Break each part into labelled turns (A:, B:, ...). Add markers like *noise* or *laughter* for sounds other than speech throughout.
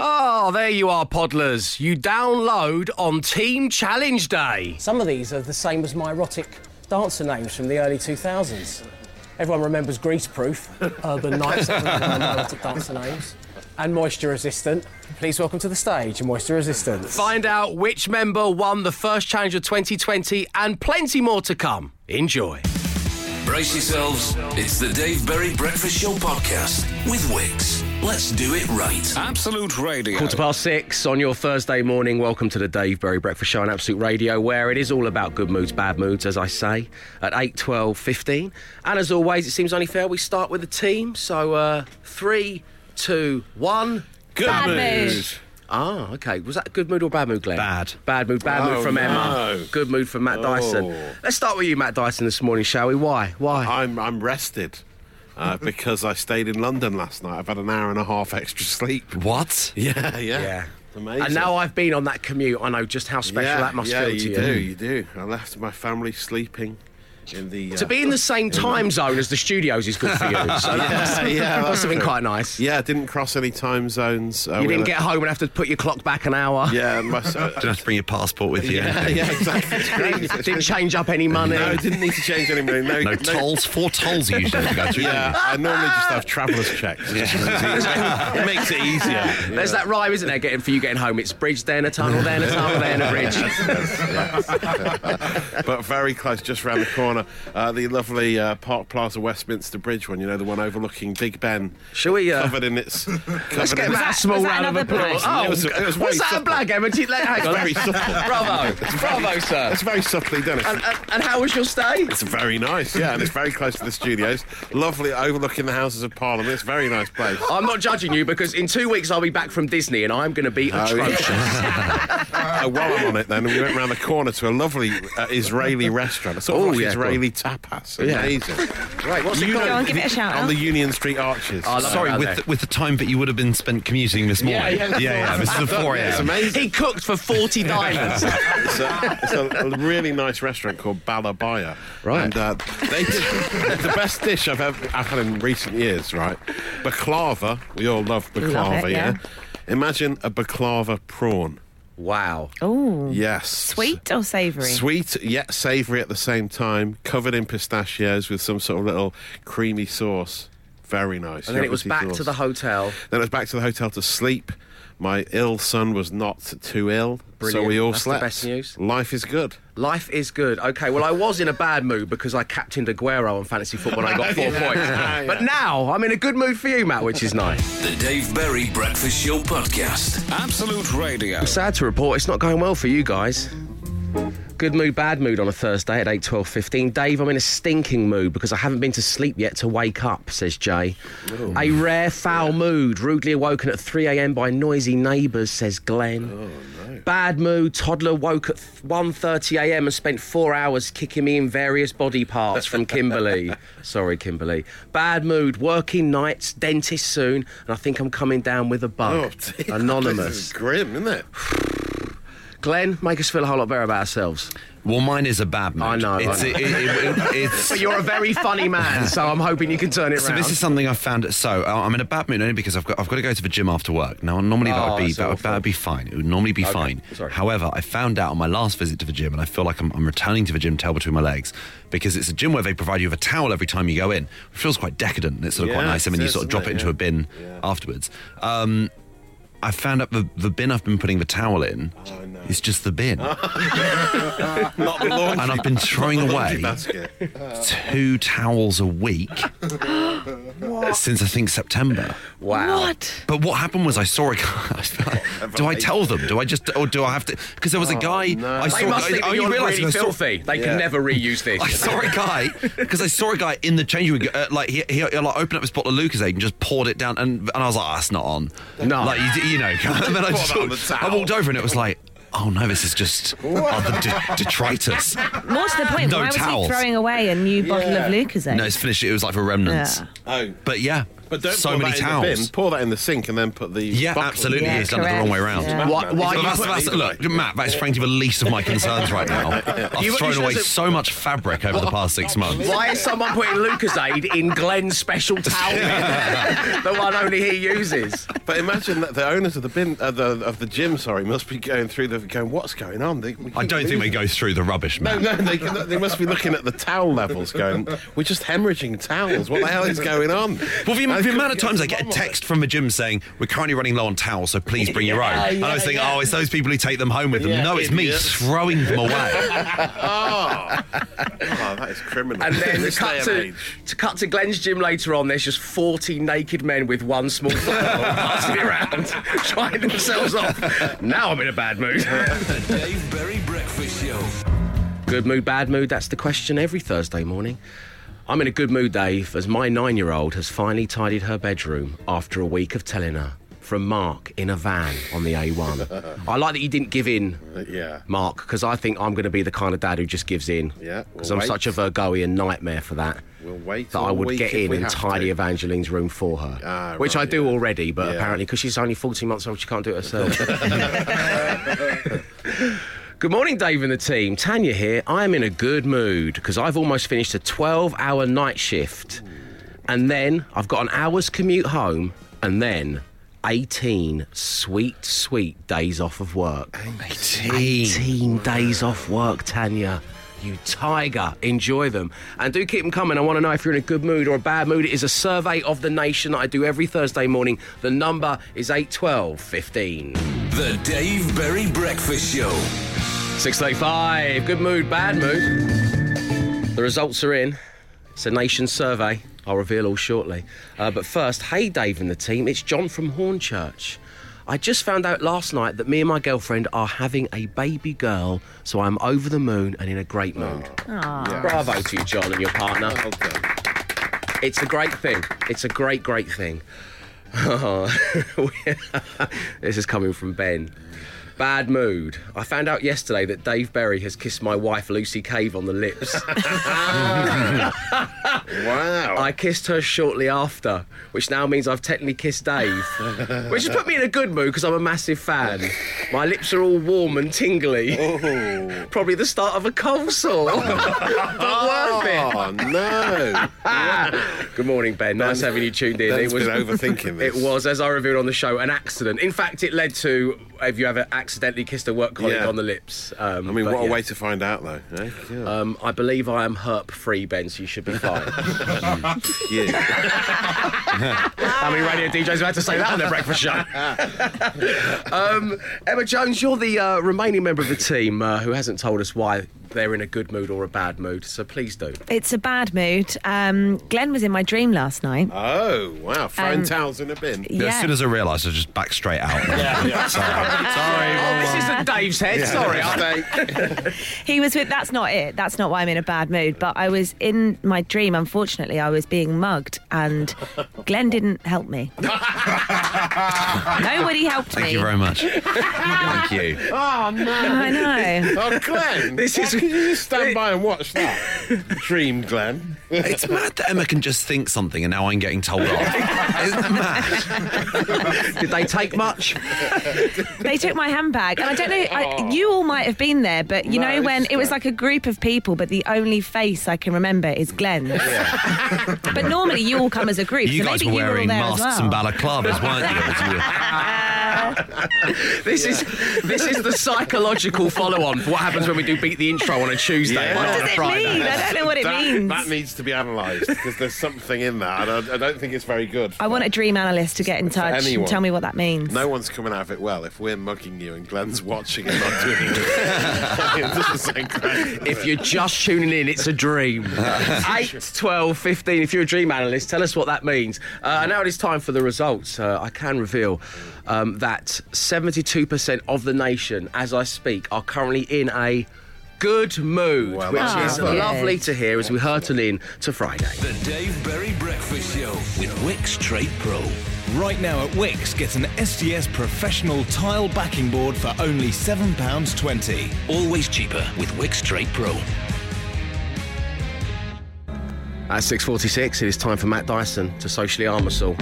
A: Ah, there you are, Podlers. You download on Team Challenge Day.
B: Some of these are the same as my erotic dancer names from the early 2000s. Everyone remembers Greaseproof, uh, the Knights that were my erotic dancer names, and Moisture Resistant. Please welcome to the stage, Moisture Resistant.
A: Find out which member won the first challenge of 2020 and plenty more to come. Enjoy.
C: Brace yourselves. It's the Dave Berry Breakfast Show podcast with Wix. Let's do it right.
D: Absolute Radio.
A: Quarter past six on your Thursday morning. Welcome to the Dave Berry Breakfast Show on Absolute Radio, where it is all about good moods, bad moods, as I say, at 8, 12, 15. And as always, it seems only fair we start with the team. So, uh, three, two, one.
D: Good
E: Bad
D: mood.
E: mood.
A: Ah, okay. Was that good mood or bad mood, Glenn?
D: Bad.
A: Bad mood. Bad mood
D: Oh,
A: from Emma.
D: no.
A: Good mood from Matt Dyson.
D: Oh.
A: Let's start with you, Matt Dyson, this morning, shall we? Why? Why?
D: I'm I'm rested
A: *laughs*
D: uh, because I stayed in London last night. I've had an hour and a half extra sleep.
F: What?
D: *laughs* Yeah, yeah,
A: yeah.
D: Amazing.
A: And now I've been on that commute. I know just how special
D: yeah,
A: that must
D: yeah,
A: feel to you.
D: you do, you do. I left my family sleeping in the uh,
A: To be in the same time zone as the studios is good for you.
D: *laughs*
A: So that must,
D: yeah,
A: that
D: that's
A: must have been
D: true.
A: quite nice.
D: Yeah, I didn't cross any time zones. Uh,
A: You
D: we
A: didn't get
D: had
A: home and have to put your clock back an hour. *laughs*
D: a- *laughs* Yeah, my so-
F: Don't have to bring your passport with
D: *laughs*
F: you.
D: yeah, yeah, exactly. It's great. It's
A: Didn't change up any money.
D: No, I didn't need to change any money.
A: *laughs*
D: *laughs* No,
F: No tolls. Four tolls you usually have to go through.
D: Yeah, I normally just have travellers
A: *laughs*
D: checks. it makes it easier.
A: There's that rhyme, isn't there? Getting for you getting home. It's bridge, then a tunnel, then a tunnel, then a
D: *laughs*
A: bridge.
D: but very close, just round the corner. Uh, the lovely uh, Park Plaza Westminster Bridge one, you know, the one overlooking Big Ben.
A: Shall we, uh,
D: covered in its. Covered
A: Let's get
D: in
A: that,
D: its-
A: a small
E: was that
A: round of
E: another
A: applause.
D: blag? It was-
A: Oh,
D: it was
A: what's
D: very
A: that a
D: supple.
A: blag, Emma? Do you- let- hang on. *laughs*
D: very supple.
A: Bravo, bravo, sir.
D: It's very subtly done. It's,
A: And, uh, and, and how was your stay?
D: it's very nice, yeah, and it's very close to the studios. Lovely, overlooking the Houses of Parliament. It's a very nice place.
A: I'm not judging you because in two weeks I'll be back from Disney and I'm going to
D: Oh,
A: be atrocious.
D: Uh, while I'm on it, then we went round the corner to a lovely uh, Israeli restaurant. It's sort of
A: Oh,
D: like
A: yeah,
D: Israeli tapas.
A: Yeah.
D: Amazing. Right, what's
E: it called? Go on, give it a shout
D: On
E: out.
D: the Union Street Arches.
A: I love
F: Sorry,
A: it out
F: with
A: there.
F: the, with the time that you would have been spent commuting this morning.
D: yeah,
F: yeah, This is the four
D: It's
F: a.m.
D: amazing.
A: He cooked for 40
D: *laughs*
A: diamonds.
D: It's a, it's a really nice restaurant called Balabaya.
A: Right.
D: And uh, they did *laughs* the best dish I've ever I've had in recent years, right? Baklava. We all love baklava,
E: Love it,
D: yeah.
E: yeah.
D: Imagine a baklava prawn.
A: wow.
E: Oh,
D: Yes.
E: sweet or savoury?
D: Sweet yet savoury at the same time, covered in pistachios with some sort of little creamy sauce. Very nice.
A: And then it was
D: Yogurty
A: back to
D: sauce.
A: the hotel.
D: Then I was back to the hotel to sleep. My ill son was not too ill,
A: Brilliant.
D: so we all
A: That's the
D: slept.
A: best news.
D: Life is good.
A: Life is good. Okay, well, I was in a bad mood because I captained Aguero on fantasy football and I got four
D: *laughs* Yeah.
A: points.
D: Yeah.
A: But now I'm in a good mood for you, Matt, which is nice.
C: The Dave Berry Breakfast Show podcast.
D: Absolute Radio.
A: Sad to report, it's not going well for you guys. Good mood, bad mood on a Thursday at 8, 12, 15. Dave, I'm in a stinking mood because I haven't been to sleep yet to wake up, says Jay.
D: Oh.
A: A rare foul mood, rudely awoken at 3 a.m. by noisy neighbours, says Glenn.
D: Oh,
A: Bad mood, toddler woke at 1.30 a.m. and spent four hours kicking me in various body parts from
D: *laughs*
A: Kimberly. Sorry, Kimberly. Bad mood, working nights, dentist soon, and I think I'm coming down with a
D: Oh,
A: bug.
D: dear. This is
A: Anonymous.
D: grim, isn't it?
A: Glenn, make us feel a whole lot better about ourselves.
F: Well, mine is a bad mood.
A: I know,
F: It's,
A: I know.
F: It, it, it,
A: *laughs*
F: it's
A: But you're a very funny man, so I'm hoping you can turn it
F: So
A: round.
F: this is something I found. So uh, I'm in a bad mood only because I've got I've got to go to the gym after work. Now normally that
A: Oh,
F: would be
A: that's
F: that would,
A: awful.
F: that would be fine. It would normally be fine.
A: sorry.
F: However, I found out on my last visit to the gym, and I feel like I'm, I'm returning to the gym tail between my legs because it's a gym where they provide you with a towel every time you go in. It feels quite decadent and it's sort of quite
D: Yeah,
F: nice. I mean,
D: it
F: you
D: is,
F: sort of
D: isn't
F: drop
D: it?
F: it, into
D: Yeah.
F: a bin
D: Yeah.
F: afterwards. Um, I found out the, the bin I've been putting the towel in is just the
D: *laughs*
F: bin.
D: Not the laundry.
F: And I've been throwing
D: laundry *laughs*
F: away
D: basket.
F: two towels a week since I think September.
A: wow.
E: What?
F: But what happened was I saw a guy. *laughs* do I tell them? Do I just, or do I have to? Because there was a
D: Oh,
F: guy. I saw.
A: They must
F: I
A: think that
F: only
A: you're
F: realised
A: really
F: I saw-
A: filthy. They
D: Yeah.
A: can never reuse *laughs* this.
F: I saw a
D: *laughs*
F: guy because I saw a guy in the change room. Uh, like he, he, he, like opened up his bottle of Lucasade and just poured it down, and, and I was like, oh, "That's not on."
A: No.
F: like you,
D: *laughs*
F: you know. And then I,
D: Pour
F: just,
D: that on the towel.
F: I walked over and it was like, "Oh no, this
D: *laughs*
F: is just other de- detritus."
E: More
F: *gasps*
E: to the point,
F: No
E: why was
F: towels.
E: he throwing away a new bottle of Lucasade?
F: No, it's finished. It was like for remnants.
E: Yeah.
D: Oh,
F: But yeah,
D: But don't
F: so
D: pour
F: many
D: that In the
F: towels.
D: bin, pour that in the sink and then put the.
F: Yeah,
D: bottle in.
F: absolutely.
E: Yeah,
F: he's done it the wrong way
E: correct,
F: around.
E: yeah.
A: Why- why
F: But
A: you
F: that's-
A: put-
F: that's- look, Matt, that is frankly the least of my concerns right now. I've
A: *laughs* You- you
F: thrown
A: should
F: away
A: have-
F: so much fabric over the past six months.
A: Why is someone putting Lucasade in Glenn's *laughs* special towel? the one only he uses.
D: But imagine that the owners of the bin uh, the, of the gym, sorry, must be going through the going. What's going on? They, we
F: I
D: keep
F: don't think they
D: losing."
F: go through the rubbish,
D: No,
F: Matt.
D: no, they, they must be looking at the towel levels going, we're just hemorrhaging towels. What the hell is going on?
F: Well, the,
D: I
F: the
D: couldn't
F: amount of
D: get
F: times
D: to
F: I get
D: the
F: a
D: bottom of *laughs*
F: text from the gym saying, we're currently running low on towels, so please bring your own.
A: Yeah,
F: and I was
A: yeah,
F: thinking,
A: yeah.
F: oh, it's those people who take them home with them.
D: Yeah,
F: no, it's
D: idiots.
F: me throwing
A: *laughs*
F: them away.
D: it. Oh, that is criminal.
A: And then
D: This day
A: cut
D: and
A: to,
D: age.
A: to cut to Glenn's gym later on. There's just 40 naked men with one small *laughs* football passing around, *laughs* trying themselves off. Now I'm in a bad mood. *laughs*
C: The Dave Berry Breakfast Show.
A: Good mood, bad mood, that's the question every Thursday morning. I'm in a good mood, Dave, as my nine year old has finally tidied her bedroom after a week of telling her. From Mark in a van on the
D: *laughs*
A: A1. I like that you didn't give in,
D: Yeah.
A: Mark, because I think I'm going to be the kind of dad who just gives in.
D: Yeah, we'll
A: Because I'm
D: wait.
A: such a Virgoian nightmare for that.
D: We'll wait
A: That I
D: all
A: would
D: week
A: get
D: if
A: in
D: we
A: and
D: have
A: tidy
D: to.
A: Evangeline's room for her.
D: Ah,
A: which
D: right,
A: I do
D: yeah.
A: already, but
D: Yeah.
A: apparently, because she's only 14 months old, she can't do it herself. Good morning, Dave and the team. Tanya here. I am in a good mood because I've almost finished a 12 hour night shift. And then I've got an hour's commute home. And then 18 sweet, sweet days off of work. 18 days off work, Tanya. You tiger. Enjoy them. And do keep them coming. I want to know if you're in a good mood or a bad mood. It is a survey of the nation that I do every Thursday morning. The number is 812 15.
C: The Dave Berry Breakfast Show.
A: 685. Good mood, bad mood. The results are in. It's a nation survey. I'll reveal all shortly. Uh, but first, hey Dave and the team, it's John from Hornchurch. I just found out last night that me and my girlfriend are having a baby girl, so I'm over the moon and in a great mood. Bravo to you, John, and your partner.
D: Oh, Well done.
A: It's a great thing. It's a great, great thing. Oh, *laughs* this is coming from Ben. Bad mood. I found out yesterday that Dave Berry has kissed my wife Lucy Cave on the
D: *laughs*
A: lips.
D: Wow.
A: I kissed her shortly after, which now means I've technically kissed Dave, which has put me in a good mood because I'm a massive fan. My lips are all warm and tingly.
D: Oh.
A: *laughs* Probably the start of a cold sore,
D: *laughs*
A: but worth it.
D: Oh
A: *laughs*
D: no!
A: Good morning, Ben. Nice having you tuned in.
D: Ben's been overthinking this.
A: It was, as I revealed on the show, an accident. In fact, it led to have you ever accidentally kissed a work colleague
D: Yeah.
A: on the lips? Um,
D: I mean,
A: but
D: what a
A: yeah.
D: way to find out, though. eh? Yeah.
A: Um, I believe I am herp free, Ben, so you
D: *laughs*
A: should be fine.
D: Yeah.
A: How many radio DJs have had to say that on their breakfast
D: *laughs*
A: show? um, Emma Jones, you're the uh, remaining member of the team uh, who hasn't told us why they're in a good mood or a bad mood, so please do.
E: It's a bad mood. Um, Glenn was in my dream last night.
D: Oh wow! Throwing
E: Um,
D: towels in a bin.
E: Yeah.
F: Uh, As soon as I realised, I just backed straight out. Sorry.
A: Oh, this is the Dave's head. Sorry, I-
E: He was with. That's not it. That's not why I'm in a bad mood. But I was in my dream. Unfortunately, I was being mugged, and Glenn didn't
F: *laughs*
E: help me. Nobody helped me.
F: Thank you
A: *laughs*
F: very much. Thank you.
D: Oh no!
E: *laughs* I know.
D: Oh,
A: *laughs*
D: Glenn,
A: This
D: this is.
A: is-
D: Can you just stand by and watch that? Dream, Glenn.
F: It's mad that Emma can just think something and now I'm getting told off.
E: *laughs*
F: Isn't it mad?
A: *laughs* Did they take much?
E: They took my handbag, and I don't know. I, you all might have been there, but you know
D: No,
E: when it was like a group of people, but the only face I can remember is Glenn's. *laughs* but normally you all come as a group.
F: You
E: so
F: guys
E: maybe
F: were
E: you were all
F: wearing
E: there
F: masks
E: as well.
F: and balaclavas, weren't you? As you were-
A: This is this is the psychological follow-on for what happens when we do beat the intro on a Tuesday,
D: Yeah.
A: not
D: What
A: on
E: *laughs* What
A: a
E: does it
A: Friday.
E: mean? I don't know what it
D: that,
E: means.
D: That needs to be analysed because there's something in that, and I, I don't think it's very good.
E: I want a dream analyst to get in touch and
D: anyone.
E: tell me what that means.
D: No one's coming out of it well if we're mugging you and Glenn's watching and not doing it. it doesn't sound great. does
A: If
D: it? *laughs*
A: you're just tuning in, it's a dream. 8, 12, 15. If you're a dream analyst, tell us what that means. Uh, and now it is time for the results. Uh, I can reveal um, that 72% of the nation, as I speak, are currently in a good mood,
D: Well,
A: which
D: that's
A: is
E: good.
A: lovely to hear as we hurtle in to Friday.
C: The Dave Berry Breakfast Show with Wix Trade Pro.
G: Right now at Wix, get an SDS Professional tile backing board for only £7.20.
C: Always cheaper with Wix Trade Pro.
A: At 6.46, it is time for Matt Dyson to socially arm us all.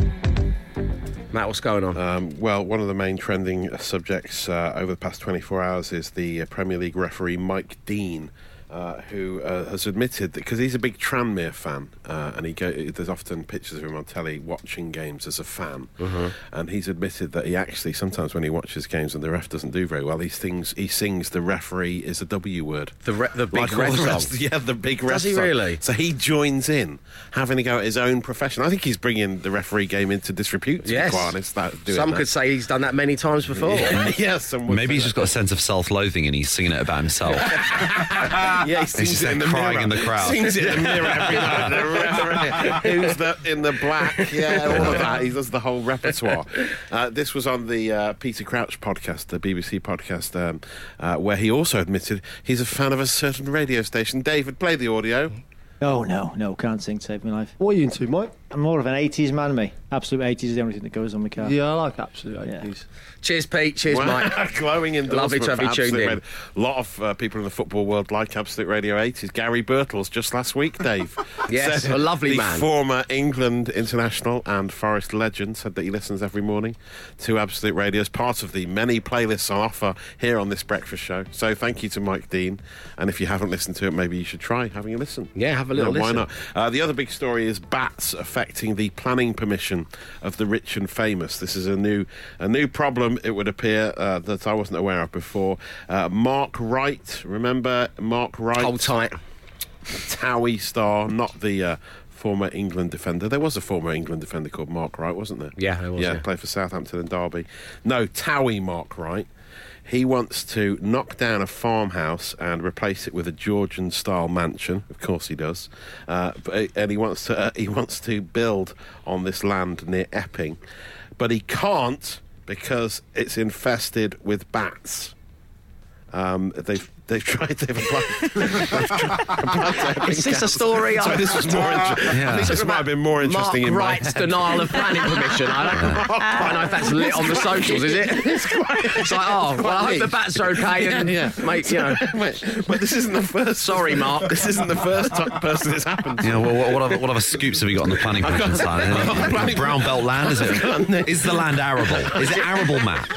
A: Matt, what's going on?
D: Um, well, one of the main trending subjects uh, over the past 24 hours is the uh, Premier League referee Mike Dean, uh, who uh, has admitted that because he's a big Tranmere fan, uh, and he go, there's often pictures of him on telly watching games as a fan,
A: Uh-huh.
D: and he's admitted that he actually sometimes when he watches games and the ref doesn't do very well, he sings he sings the referee is a W word.
A: The re- the big
D: all
A: red
D: the
A: song.
D: rest- yeah, the big
A: Does
D: ref
A: he
D: song.
A: really?
D: So he joins in, having a go at his own profession. I think he's bringing the referee game into disrepute. To
A: Yes.
D: be quite honest, that, doing
A: Some
D: that. *laughs*
A: could say he's done that many times before.
D: yeah, *laughs* some would
F: Maybe he's
D: say
F: just got a sense of self-loathing and he's singing it about himself.
D: that. yeah, he
F: He's
A: *laughs*
D: sings
F: just
D: it in
F: there
D: the
F: crying
D: mirror.
F: in the crowd.
D: Sings it in the mirror *laughs* every night. The referee, *laughs* Who's the in the black? Yeah, all of that. He does the whole *laughs* repertoire. Uh, this was on the uh, Peter Crouch podcast, the BBC podcast, um, uh, where he also admitted he's a fan of a certain radio station. David, play the audio.
H: No, no, no, can't sing Save Me Life. What are you into, Mike? I'm more of an 80s man, me. Absolute 80s is the only thing that goes on my car. Yeah, I like absolute 80s.
A: cheers, Pete. Cheers,
D: Wow,
A: Mike.
D: *laughs* glowing endorsement
A: Lovely to have
D: for
A: you tuned
D: Absolute
A: in.
D: Radio. A lot of uh, people in the football world like Absolute Radio 80s. Gary Birtles just last
A: *laughs*
D: week, Dave.
A: Yes,
D: *laughs* said
A: a lovely
D: the
A: man.
D: former England international and Forest legend said that he listens every morning to Absolute Radio as part of the many playlists on offer here on this breakfast show. So thank you to Mike Dean. And if you haven't listened to it, maybe you should try having a listen.
A: Yeah, have a little
D: No,
A: listen.
D: Why not? Uh, the other big story is bats affecting the planning permission of the rich and famous. This is a new a new problem. It would appear uh, that I wasn't aware of before. Uh, Mark Wright, remember Mark Wright?
A: Hold
D: *laughs*
A: tight.
D: Towie star, not the uh, former England defender. There was a former England defender called Mark Wright, wasn't there?
A: Yeah, there was, yeah.
D: played for Southampton and Derby. No, Towie Mark Wright. He wants to knock down a farmhouse and replace it with a Georgian-style mansion. Of course, he does. Uh, but, and he wants to uh, he wants to build on this land near Epping, but he can't because it's infested with
A: *laughs*
D: bats. Um, they've they've *laughs* tried they've applied
A: Is this a story?
D: so this was more. Inter- I think *laughs* this might have been more interesting
A: Mark
D: in my
A: Wright's denial of planning permission. I
D: *laughs*
A: don't quite know if that's lit on the socials, is it? It's, like, oh, well, I hope the bats are okay. And,
D: *laughs* Yeah,
A: Mate, you know,
D: Wait, but this isn't the first.
A: Sorry, Mark.
D: *laughs* This isn't the first t- person it's happened. To.
F: Yeah, well, what, what, other, what other scoops have we got on the
D: *laughs*
F: planning permission side? Brown belt land, is it? Is the land arable? Is it arable,
D: *laughs*
F: Matt?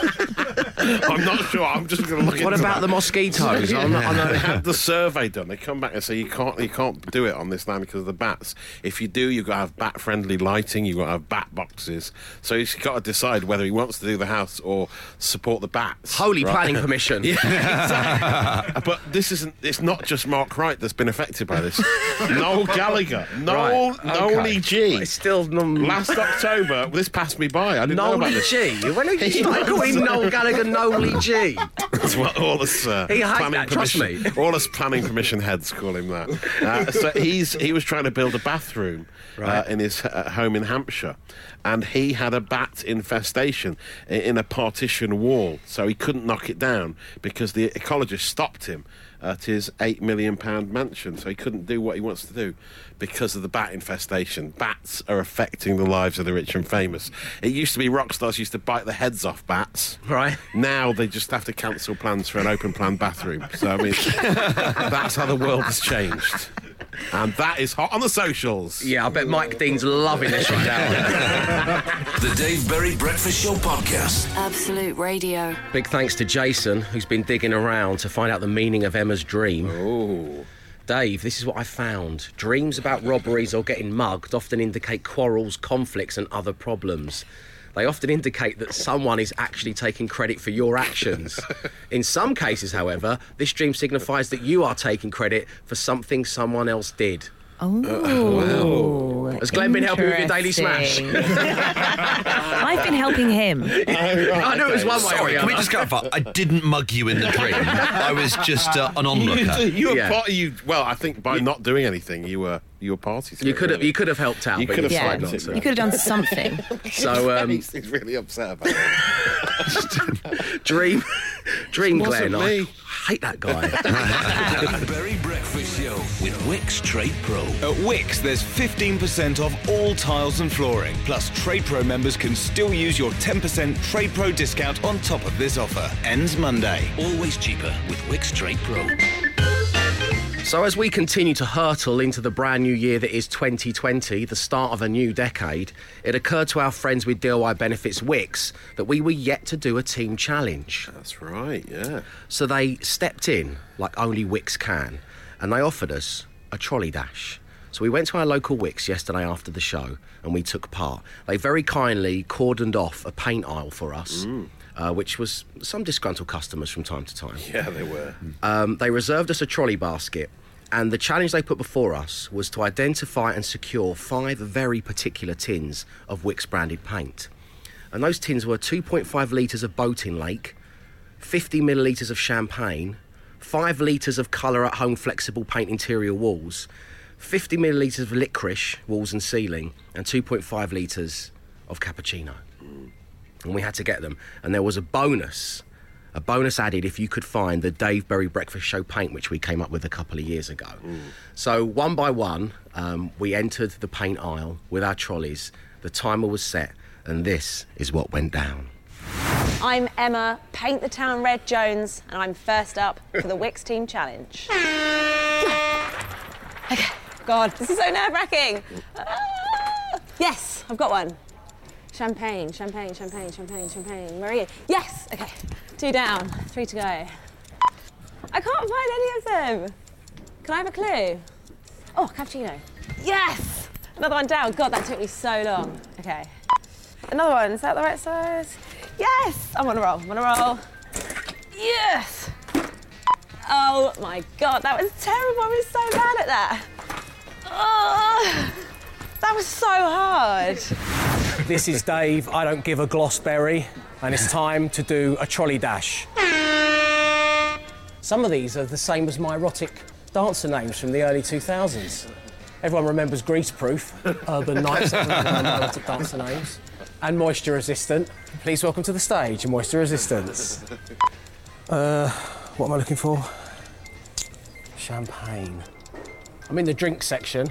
D: I'm not sure. I'm just going to look.
A: what
D: into
A: about the
D: that.
A: mosquitoes? I'm not, I'm not-
D: *laughs* They had the survey done. They come back and say you can't, you can't do it on this land because of the bats. If you do, you've got to have bat-friendly lighting. You've got to have bat boxes. So he's got to decide whether he wants to do the house or support the bats.
A: Holy
D: right?
A: planning permission.
D: Exactly. *laughs* but this isn't. It's not just Mark Wright that's been affected
A: *laughs*
D: by this. Noel Gallagher, Noel,
A: Right, okay.
D: Noel E G.
A: It's still non-
D: Last October, this passed me by. *laughs* I didn't know about
A: Nolly
D: this.
A: E G. Well,
D: *laughs*
A: he's not calling Noel Gallagher Nolly G.
D: That's what all us uh,
A: He hyped
D: planning
A: that, trust
D: permission,
A: me.
D: all us planning permission heads call him that. Uh, so he's he was trying to build a bathroom uh, in his uh, home in Hampshire, and he had a bat infestation i- in a partition wall, so he couldn't knock it down because the ecologist stopped him at his eight million pound mansion, so he couldn't do what he wants to do because of the bat infestation. Bats are affecting the lives of the rich and famous. It used to be rock stars used to bite the heads off bats.
A: Right.
D: Now they just have to cancel plans for an open plan bathroom. So I mean, that's how the world has changed, and that is hot on the socials.
A: Yeah, I bet Mike Dean's loving this right now.
C: The Dave Berry Breakfast Show Podcast.
I: Absolute Radio.
A: *laughs* Big thanks to Jason, who's been digging around to find out the meaning of Emma's dream.
D: Ooh.
A: Dave, this is what I found. Dreams about robberies or getting mugged often indicate quarrels, conflicts, and other problems. They often indicate that someone is actually taking credit for your *laughs* actions. In some cases, however, this dream signifies that you are taking credit for something someone else did.
E: Oh,
A: Uh, Has Glenn been helping with your Daily Smash?
E: Interesting. I've been helping him.
A: *laughs* Oh, I know it was one way or
F: Sorry,
A: the
F: can we
A: other.
F: just clarify? I didn't mug you in the dream. I was just uh, an
D: *laughs*
F: onlooker.
D: You were
A: Yeah.
D: part. You well, I think by not doing anything, you were you were party. To
A: You
D: it,
A: could have
D: really.
A: you could have helped out,
D: You
A: but
D: could have
E: Yeah,
A: decided
D: signed
A: not
D: it,
A: to.
E: you could have done something.
A: So um,
D: *laughs* He's he's really upset about it.
A: dream, dream,
D: wasn't
A: Glenn. I,
D: me.
A: I hate that guy. *laughs*
C: Dave Berry Breakfast Show with Wix Trade Pro.
G: At Wix, there's 15% off all tiles and flooring. Plus, Trade Pro members can still use your 10% Trade Pro discount on top of this offer. Ends Monday.
C: Always cheaper with Wix Trade Pro.
A: So, as we continue to hurtle into the brand new year that is 2020, the start of a new decade, it occurred to our friends with DIY Benefits Wix that we were yet to do a team challenge.
D: That's right, yeah.
A: So, they stepped in like only Wix can and they offered us a trolley dash. So, we went to our local Wix yesterday after the show and we took part. They very kindly cordoned off a paint aisle for us.
D: Mm.
A: Uh, which was some disgruntled customers from time to time.
D: *laughs* Yeah, they were.
A: Um, they reserved us a trolley basket, and the challenge they put before us was to identify and secure five very particular tins of Wix branded paint. And those tins were 2.5 litres of Boating Lake, 50 millilitres of champagne, 5 litres of colour at home flexible paint interior walls, 50 millilitres of licorice walls and ceiling, and 2.5 litres of cappuccino and we had to get them. And there was a bonus, a bonus added if you could find the Dave Berry Breakfast Show paint, which we came up with a couple of years ago. So one by one, um, we entered the paint aisle with our trolleys. The timer was set, and this is what went down.
I: I'm Emma, Paint the Town Red Jones, and I'm first up for the Wix Team Challenge. okay. God, this is so nerve wracking. yes, I've got one. Champagne, champagne, champagne, champagne, champagne. Where are you? Yes! Okay, two down, three to go. I can't find any of them. Can I have a clue? Oh, cappuccino. Yes! Another one down. God, that took me so long. Okay. Another one. Is that the right size? Yes! I'm on a roll. I'm on a roll. Yes! Oh my god, that was terrible. I was so bad at that. Oh, that was so hard.
B: This is Dave. I don't give a Glossberry, and it's time to do a trolley dash. Some of these are the same as my erotic dancer names from the early 2000s. Everyone remembers grease proof, urban nights, everyone remembers my erotic dancer names, and moisture resistant. Please welcome to the stage, moisture resistance. Uh, what am I looking for? Champagne. I'm in the drink section.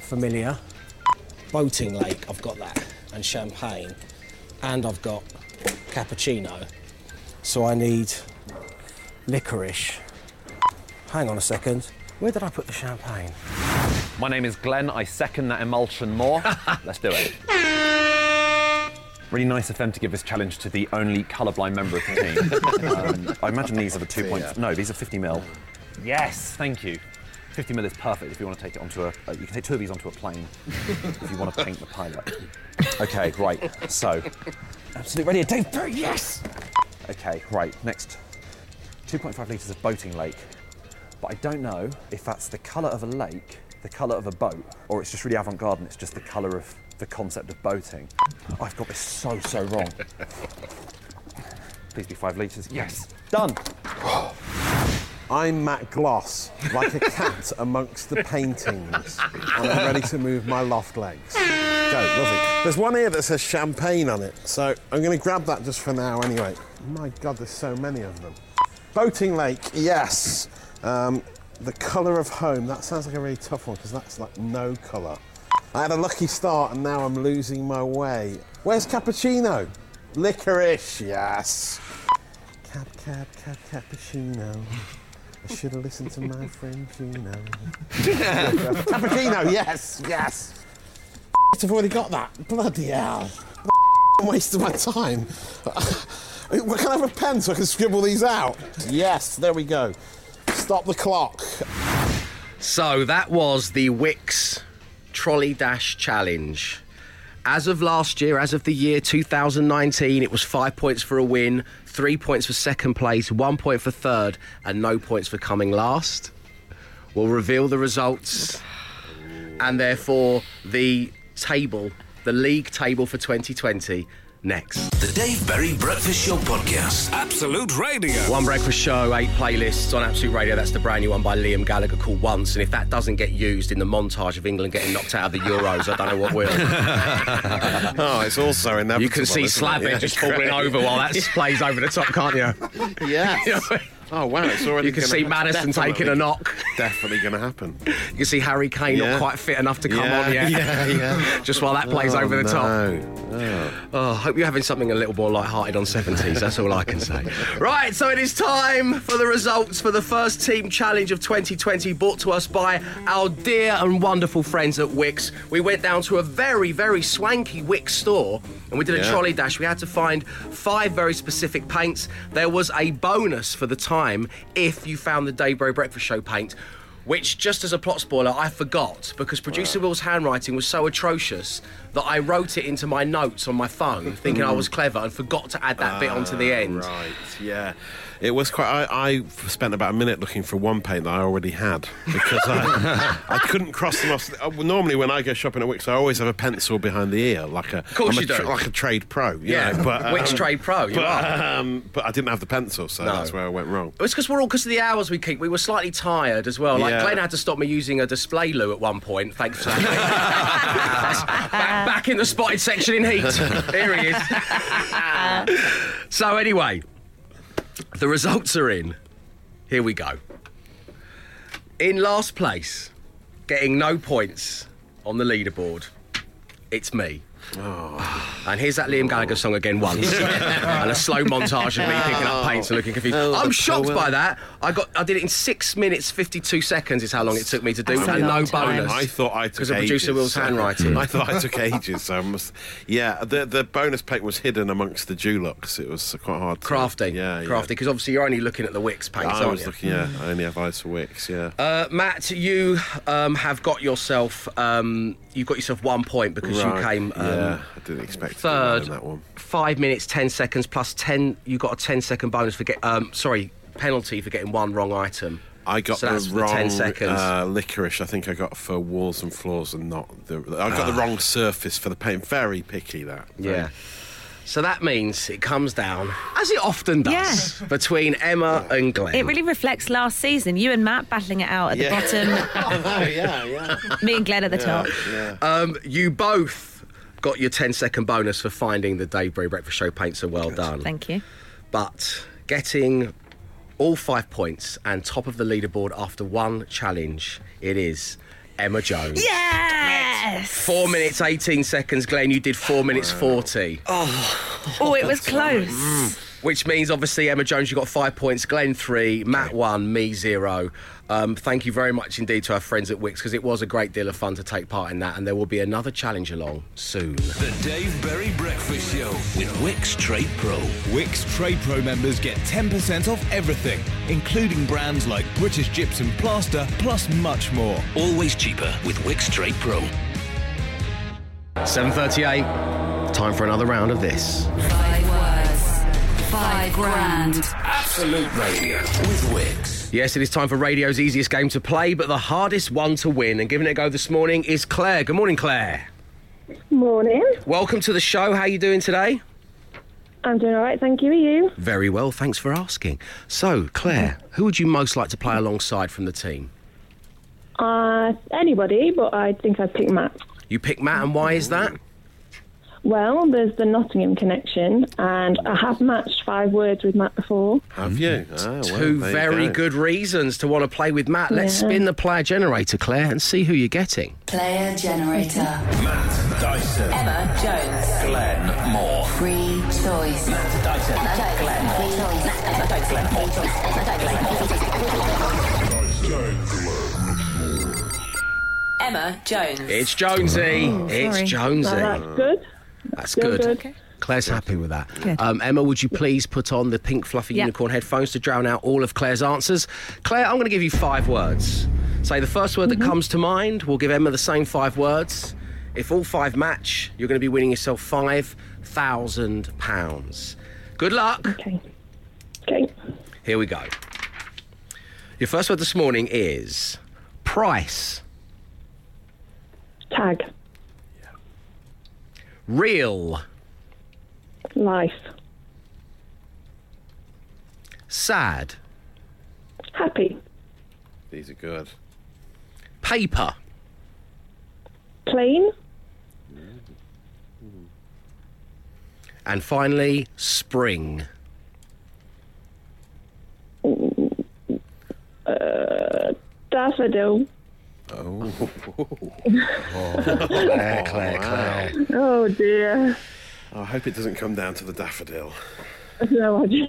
B: Familiar. Boating Lake, I've got that, and champagne, and I've got cappuccino. So I need licorice. Hang on a second. Where did I put the champagne?
J: My name is Glenn. I second that emulsion more. Let's do it. Really nice of them to give this challenge to the only colourblind member of the
F: *laughs*
J: team. Um, I imagine these are the two points. No, these are 50 mil. Yes, thank you. 50 mil is perfect if you want to take it onto a. Uh, you can take two of these onto a plane if you want to paint the pilot. Okay, right. So, absolute radio. Dave Perry, yes. Okay, right. Next, 2.5 litres of boating lake, but I don't know if that's the colour of a lake, the colour of a boat, or it's just really avant-garde and it's just the colour of the concept of boating. I've got this so so wrong. Please be five litres. Yes, done.
K: I'm Matt Gloss, like a cat *laughs* amongst the paintings, and I'm ready to move my loft legs.
D: Go, lovely.
K: There's one here that says champagne on it, so I'm going to grab that just for now anyway. My God, there's so many of them. Boating Lake, yes. Um, the colour of home, that sounds like a really tough one because that's like no colour. I had a lucky start and now I'm losing my way. Where's cappuccino? Licorice, yes. Cap, cap, cap, cappuccino. I should have listened to my friend Gino. cappuccino, yes, yes. I've already got that. Bloody *laughs* hell. I'm wasting my time. *laughs* Well, Can I have a pen so I can scribble these out? Yes, there we go. Stop the clock.
A: So that was the Wix Trolley Dash Challenge. As of last year, as of the year 2019, it was five points for a win, three points for second place, one point for third, and no points for coming last. We'll reveal the results and therefore the table, the league table for 2020 next.
C: The Dave Berry Breakfast Show Podcast.
G: Absolute Radio.
A: One Breakfast Show, eight playlists on Absolute Radio. That's the brand new one by Liam Gallagher called Once. And if that doesn't get used in the montage of England getting knocked out of the Euros, I don't know what
D: *laughs*
A: will.
D: Oh, it's also inevitable.
A: You can see
D: isn't it?
A: Slabbit
D: Yeah,
A: just
D: great. *laughs*
A: falling over while that plays over the top, can't you?
D: Yes. oh, wow, it's already
A: You can
D: gonna
A: see
D: happen.
A: Madison taking a
D: Definitely-
A: knock.
D: Definitely going to happen.
A: You can see Harry Kane
D: Yeah.
A: not quite fit enough to come
D: *laughs* yeah,
A: on yet.
D: Yeah, yeah.
A: *laughs* Just while that plays
D: Oh,
A: over the top.
D: no.
A: Oh, I hope you're having something a little more light-hearted on 70s. That's all I can say. Right, so it is time for the results for the first team challenge of 2020 brought to us by our dear and wonderful friends at Wix. We went down to a very, very swanky Wix store and we did a
L: Yeah.
A: trolley dash. We had to find five very specific paints. There was a bonus for the time if you found the Daybro Breakfast Show paint. Which, just as a plot spoiler, I forgot because producer Will's handwriting was so atrocious that I wrote it into my notes on my phone, thinking I was clever, and forgot to add that bit onto the
D: Ah,
A: end.
D: Right, yeah. It was quite. I, I spent about a minute looking for one paint that I already had because
A: *laughs*
D: I, I couldn't cross them off. Uh, well, Normally, when I go shopping at Wix, I always have a pencil behind the ear, like a of
A: course
D: I'm
A: you
D: a
A: do.
D: like a trade pro. you
A: Yeah,
D: know, but, um,
A: Wix trade pro, you
D: but,
A: are.
D: Um, but I didn't have the pencil, so
A: No.
D: that's where I went wrong.
A: It was because we're all because of the hours we keep. We were slightly tired as well. Like
D: Yeah.
A: Glenn had to stop me using a display loo at one point. Thanks. for that. back, back in the spotted section in heat. Here he is. so anyway, the results are in. Here we go. In last place, getting no points on the leaderboard. It's me.
D: Oh.
A: And here's that Liam Gallagher song again
D: *laughs*
A: once, *laughs* and a slow montage of me picking up paints and looking confused.
L: Oh,
A: I'm
L: the
A: shocked
L: poor
A: by
L: Will.
A: that. I got, I did it in six minutes fifty-two seconds. Is how long it took me to do
D: That's
A: that.
D: a
A: No
D: long time.
A: bonus.
D: I thought I took
A: because of producer
D: ages.
A: Will's handwriting.
D: *laughs* I thought I took ages. So I must, yeah, the the bonus plate was hidden amongst the Dulux. It was quite hard. To,
A: crafty.
D: yeah,
A: crafty. Because obviously you're only looking at the Wix
D: Yeah.
A: paints.
D: I
A: aren't
D: was
A: you?
D: looking. Yeah, I only have ice for Wix. Yeah.
A: Uh, Matt, you um, have got yourself. Um, you got yourself one point because you
D: Right,
A: came. Um,
D: yeah, I didn't expect to do well
A: third.
D: in that one.
A: Five minutes, ten seconds plus ten. You got a 10-second bonus for get. Um, sorry, penalty for getting one wrong item.
D: I got
A: so
D: the
A: that's for
D: wrong
A: ten seconds.
D: Uh, licorice. I think I got for walls and floors, and not the. I got the wrong surface for the paint. Very picky that.
A: Ah. Yeah. So that means it comes down, as it often does, between Emma and Glenn.
E: It really reflects last season. You and Matt battling it out at
A: Yeah.
E: the bottom.
A: *laughs* Oh, yeah,
E: yeah. Me and Glenn at the top.
A: Um, you both got your 10 second bonus for finding the Daybreak Breakfast Show paint, so well done.
E: Thank you.
A: But getting all five points and top of the leaderboard after one challenge, it is Emma Jones.
E: Yes.
A: Four minutes, 18 seconds. Glenn, you did four minutes, 40.
E: Oh, oh, it was close.
A: Which means, obviously, Emma Jones, you got five points, Glenn three, Matt one, me zero. Um, thank you very much indeed to our friends at Wix because it was a great deal of fun to take part in that, and there will be another challenge along soon.
C: The Dave Berry Breakfast Show with Wix Trade Pro.
G: Wix Trade Pro members get 10% off everything, including brands like British Gypsum Plaster, plus much more.
C: Always cheaper with Wix Trade Pro.
A: 7.38, time for another round of this.
M: Five words. Five grand.
C: Absolute Radio with Wix.
A: Yes, it is time for radio's easiest game to play, but the hardest one to win. And giving it a go this morning is Claire. Good morning, Claire.
N: Morning.
A: Welcome to the show. How you doing today?
N: I'm doing all right, thank you. Are you?
A: Very well, thanks for asking. So, Claire,
D: Mm-hmm.
A: who would you most like to play alongside from the team?
N: Uh, anybody, but I think I'd pick Matt.
A: You pick Matt, and why is that?
N: Well, there's the Nottingham connection, and I have matched five words with Matt before.
D: Have you? Ah, well,
A: Mm. Two
D: there you
A: very
D: go.
A: good reasons to want to play with Matt. Let's
M: Yeah.
A: spin the player generator, Claire, and see who you're getting.
M: Player generator.
C: Matt Dyson.
M: Emma Jones.
C: Glenn Moore.
M: Free choice. Matt Dyson. Glenn. Free choice. Emma Glenn. Free choice. Emma Jones.
A: It's Jonesy. it's Jonesy.
N: good.
A: That's
N: You're
A: good.
N: good. Okay.
A: Claire's happy with that.
N: Good.
A: Um, Emma, would you please put on the pink fluffy
N: Yeah.
A: unicorn headphones to drown out all of Claire's answers? Claire, I'm going to give you five words. Say the first word
N: Mm-hmm.
A: that comes to mind. We'll give Emma the same five words. If all five match, you're going to be winning yourself five thousand pounds. Good luck.
N: Okay. Okay.
A: Here we go. Your first word this morning is price,
N: Tag.
A: real,
N: Life.
A: sad,
N: Happy.
D: These are good.
A: paper,
N: Plain.
A: and finally spring.
N: Uh, daffodil.
A: Oh. Claire, Claire, Claire.
N: Oh dear.
D: I hope it doesn't come down to the daffodil.
N: No idea.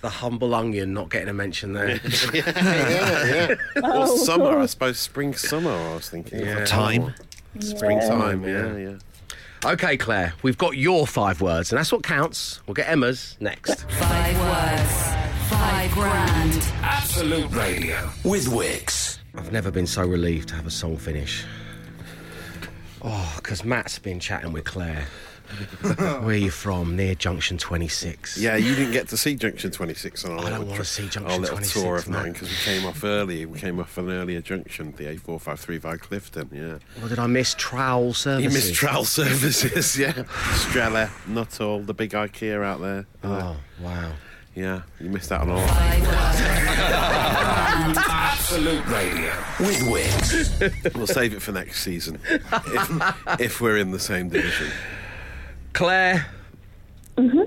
A: The humble onion not getting a mention *laughs* there. *laughs*
D: yeah, yeah. Or
A: Oh.
D: summer, I suppose. Spring, summer, I was thinking.
A: Yeah.
D: Or
A: Time.
D: Springtime, yeah, yeah.
A: Okay, Claire, we've got your five words, and that's what counts. We'll get Emma's
D: *laughs*
A: next.
M: Five words. Five grand.
C: Absolute Radio with Wix.
A: I've never been so relieved to have a song finish. Oh, because Matt's been chatting with
D: *laughs*
A: Claire. Where are you from? Near Junction 26.
D: Yeah, you didn't get to see Junction 26 on our I don't want to see
A: Junction
D: our little
A: 26,
D: tour of
A: mate.
D: mine because we came off early. We came off an earlier junction, the A453 by Clifton. Yeah,
A: Or did I miss trowel services?
D: you missed trowel *laughs* services. Yeah, Strella, Nuttall, the big IKEA out there.
A: Oh, wow.
D: Yeah, you missed out on all.
C: Absolute Radio with Wix.
D: we'll save it for next season if, if we're in the same division.
A: Claire,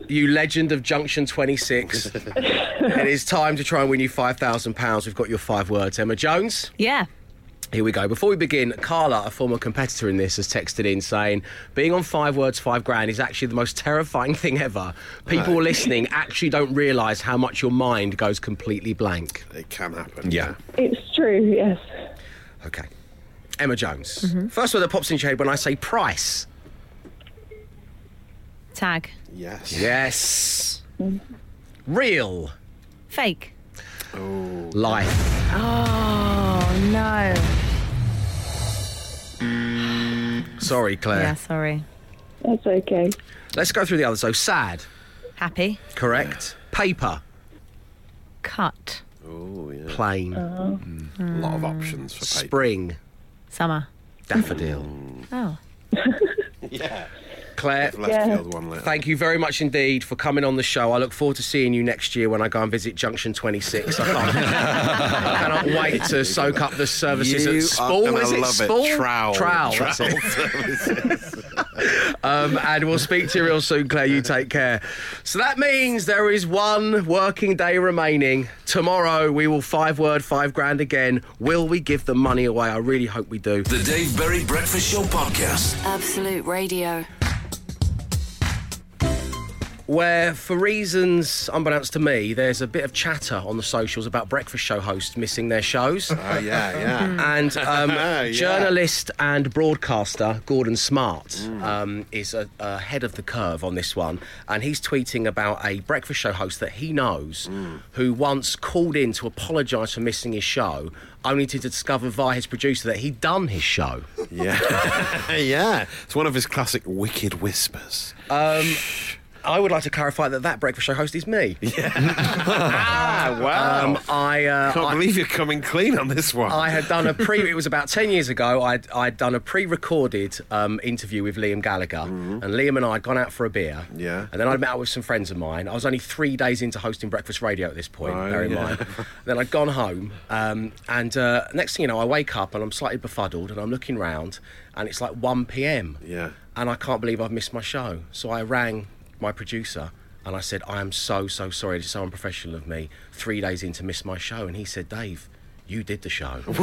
A: you legend of Junction 26. it is time to try and win you £5,000. We've got your five words. Emma Jones?
E: Yeah.
A: Here we go. Before we begin, Carla, a former competitor in this, has texted in saying, being on five words, five grand is actually the most terrifying thing ever. People
D: Right.
A: listening actually don't realise how much your mind goes completely blank.
D: It can happen.
A: Yeah.
N: It's true, yes.
A: Okay. Emma Jones. First word that pops in your head when I say price.
E: Tag.
D: Yes.
A: Yes. Real.
E: Fake.
D: Oh.
A: Life.
E: Oh no.
A: Sorry, Claire.
E: Yeah, sorry.
N: That's okay.
A: Let's go through the others. So sad.
E: Happy.
A: Correct. Paper.
E: Cut.
D: Oh yeah.
A: Plain.
D: A lot of options for paper.
A: Spring.
E: Summer.
A: Daffodil.
E: Oh.
D: Yeah.
A: Claire,
D: left Yeah. field one later.
A: thank you very much indeed for coming on the show. I look forward to seeing you next year when I go and visit Junction 26. I, can't, *laughs* I cannot wait to soak up the services
D: You
A: at
D: are
A: Spall.
D: gonna
A: Is it
D: love it.
A: Spall?
D: Trowel.
A: Trowel. that's
D: Trowel
A: it.
D: *laughs*
A: um, and we'll speak to you real soon, Claire. You take care. So that means there is one working day remaining. Tomorrow we will five word, five grand again. Will we give the money away? I really hope we do.
C: The Dave Berry Breakfast Show Podcast.
M: Absolute Radio.
A: where, for reasons unbeknownst to me, there's a bit of chatter on the socials about breakfast show hosts missing their shows. Oh, *laughs*
D: yeah, yeah.
A: And um,
D: Yeah.
A: journalist and broadcaster Gordon Smart um, is a- ahead of the curve on this one. And he's tweeting about a breakfast show host that he knows who once called in to apologise for missing his show, only to discover via his producer that he'd done his show.
D: Yeah. *laughs* yeah. It's one of his classic wicked whispers.
A: Um, I would like to clarify that that breakfast show host is me.
D: ah, wow.
A: Um, I uh,
D: Can't
A: I-
D: believe you're coming clean on this one.
A: I had done a pre. It was about ten years ago. I'd, I'd done a pre-recorded um, interview with Liam Gallagher, and Liam and I had gone out for a beer.
D: Mm-hmm. Yeah.
A: And then I'd met up with some friends of mine. I was only three days into hosting Breakfast Radio at this point.
D: Right,
A: bear in
D: yeah.
A: mind. *laughs* then I'd gone home, um, and uh, next thing you know, I wake up and I'm slightly befuddled, and I'm looking round, and it's like one p.m.
D: Yeah.
A: and I can't believe I've missed my show. So I rang my producer and I said, I am so, so sorry. It's so unprofessional of me three days in to miss my show. And he said, Dave, you did the show.
F: *laughs*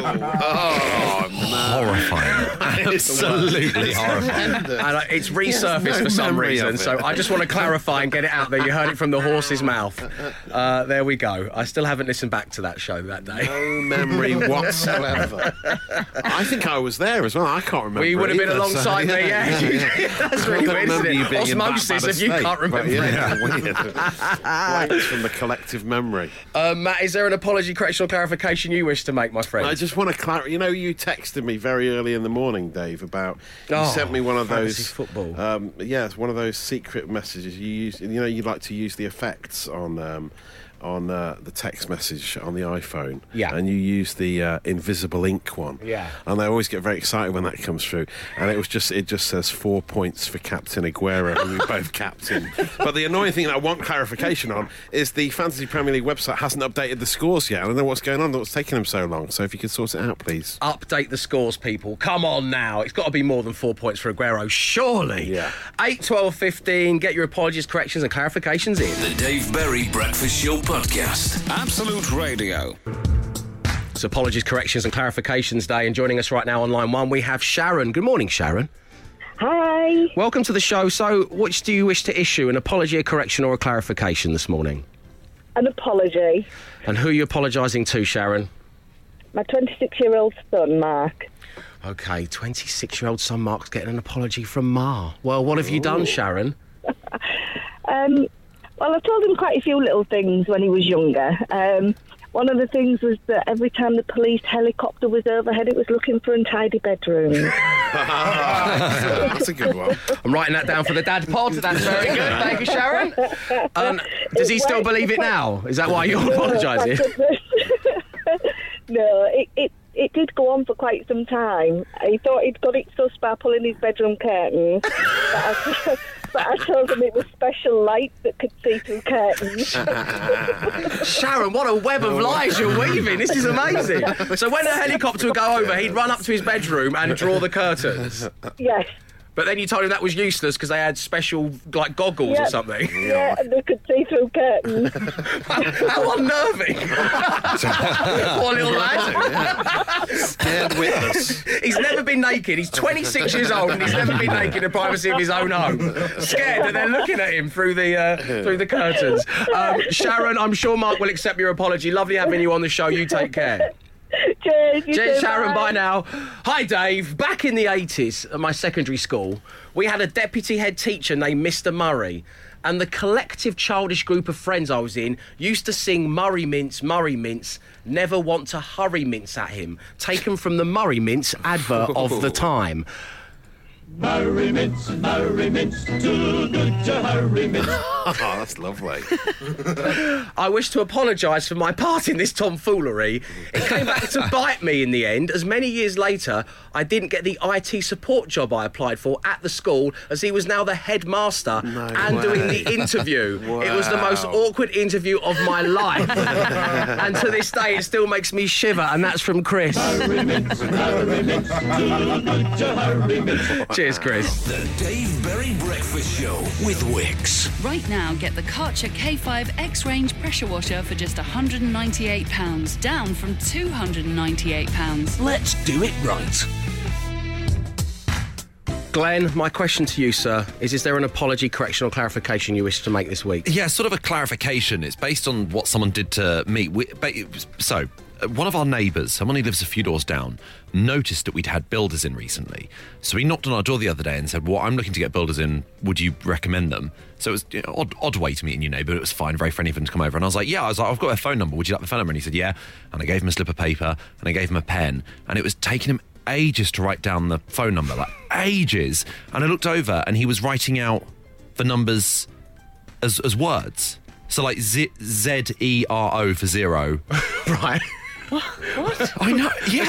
D: Oh.
A: Oh.
F: Horrifying.
A: *laughs*
F: Absolutely horrifying.
A: and uh, it's resurfaced
F: no
A: for some
F: memory of
A: reason.
F: it.
A: So I just want to clarify and get it out there. You heard it from the horse's mouth. Uh, there we go. I still haven't listened back to that show that day.
D: No *laughs* memory whatsoever. I think I was there as well. I can't remember.
A: We would have
D: it
A: been
D: either, so,
A: alongside there, yeah. *laughs* That's
D: I
A: really
D: don't
A: weird, isn't
D: remember
A: it?
D: you being in that
A: Osmosis,
D: bad
A: if you
D: a state,
A: can't
D: but
A: remember
D: yeah, *laughs* weird. Blanks from the collective *laughs* memory.
A: Uh, Matt, is there an apology, correction, or clarification you wish to make, my friend?
D: I just want to clarify. You know, you texted me very early in the morning, Dave, about you
A: Oh,
D: sent me one of
A: fantasy
D: those
A: football.
D: Um, yeah, it's one of those secret messages you use. You know, you like to use the effects on um, on uh, the text message on the iPhone.
A: Yeah.
D: and you use the uh, invisible ink one.
A: Yeah.
D: and I always get very excited when that comes through. And it was just it just says four points for Captain Aguero, and we
A: *laughs*
D: were both captain. But the annoying thing that I want clarification on is the Fantasy Premier League website hasn't updated the scores yet. I don't know what's going on. What's taking them so long? So if you could sort it out,
A: *laughs*
D: please.
A: Update the scores, people. Come on now. It's got to be more than four points for Aguero, surely.
D: Yeah.
A: 8, 12, 15. Get your apologies, corrections, and clarifications in.
C: The Dave Berry Breakfast Show Podcast. Absolute Radio.
A: It's Apologies, Corrections and Clarifications Day. And joining us right now on line one, we have Sharon. Good morning, Sharon. Hi. Welcome to the show. So, which do you wish to issue? An apology, a correction, or a clarification this morning?
L: An apology.
A: And who are you apologising to, Sharon?
L: My 26 year old son, Mark.
A: Okay, 26 year old son Mark's getting an apology from Ma. Well, what have you done, Sharon?
L: Um, well, I told him quite a few little things when he was younger. Um, one of the things was that every time the police helicopter was overhead, it was looking for untidy bedrooms.
A: That's a good one. I'm writing that down for the dad pod. That's very good. Thank you, Sharon. Um, does he still believe it now? Is that why you're
L: No,
A: apologising?
L: thank goodness. *laughs* no, it, it it did go on for quite some time. He thought he'd got it sus by pulling his bedroom curtain, but I, *laughs* but I told him it was special light that could see through curtains.
A: Sharon, what a web of lies you're weaving. This is amazing. So when a helicopter would go over, he'd run up to his bedroom and draw the curtains.
L: yes.
A: But then you told him that was useless because they had special like goggles or
L: Yep.
A: something.
L: Yeah, and they could see through curtains.
A: *laughs* How unnerving! *laughs* Poor little lad.
M: Scared witness.
A: He's never been naked. He's 26 years old and he's never been naked in the privacy of his own home. Scared that they're looking at him through the uh, through the curtains. Um, Sharon, I'm sure Mark will accept your apology. Lovely having you on the show. You take care.
L: Cheers, you
A: Cheers,
L: too,
A: Sharon. Bye
L: bye.
A: now. Hi, Dave. Back in the 80s at my secondary school, we had a deputy head teacher named Mr. Murray. And the collective childish group of friends I was in used to sing Murray Mince, Murray Mince, never want to hurry mince at him, taken from the Murray Mince advert of the time.
M: Murray Mints, Murray Mints, too good to hurry Mints.
A: Oh, that's lovely. I wish to apologise for my part in this tomfoolery. It came back to bite me in the end, as many years later, I didn't get the IT support job I applied for at the school, as he was now the headmaster and
M: way.
A: doing the interview. It was the most
M: Wow.
A: awkward interview of
M: *laughs*
A: my life. and to this day, it still makes me shiver, and that's from Chris.
M: Hurry Mints, too good to hurry Mints.
A: Cheers, Chris.
C: The Dave Berry Breakfast Show with Wix.
O: Right now, get the Karcher K5 X Range pressure washer for just £198, down from £298.
C: Let's do it right.
A: Glenn, my question to you, sir, is is there an apology, correction, or clarification you wish to make this week?
F: Yeah, sort of a clarification. It's based on what someone did to me. We, ba- it was- so, uh, one of our neighbours, someone who lives a few doors down, noticed that we'd had builders in recently. So he knocked on our door the other day and said, "Well, I'm looking to get builders in. Would you recommend them?" So it was you know, odd, odd way to meet a new neighbour. It was fine, very friendly of him to come over. And I was like, "Yeah," I was like, "I've got their phone number. Would you like the phone number?" And he said, "Yeah." And I gave him a slip of paper and I gave him a pen, and it was taking him ages to write down the phone number, like ages. And I looked over, and he was writing out the numbers as as words. So like Z Z E R O for zero,
A: right?
F: What? I know. Yeah,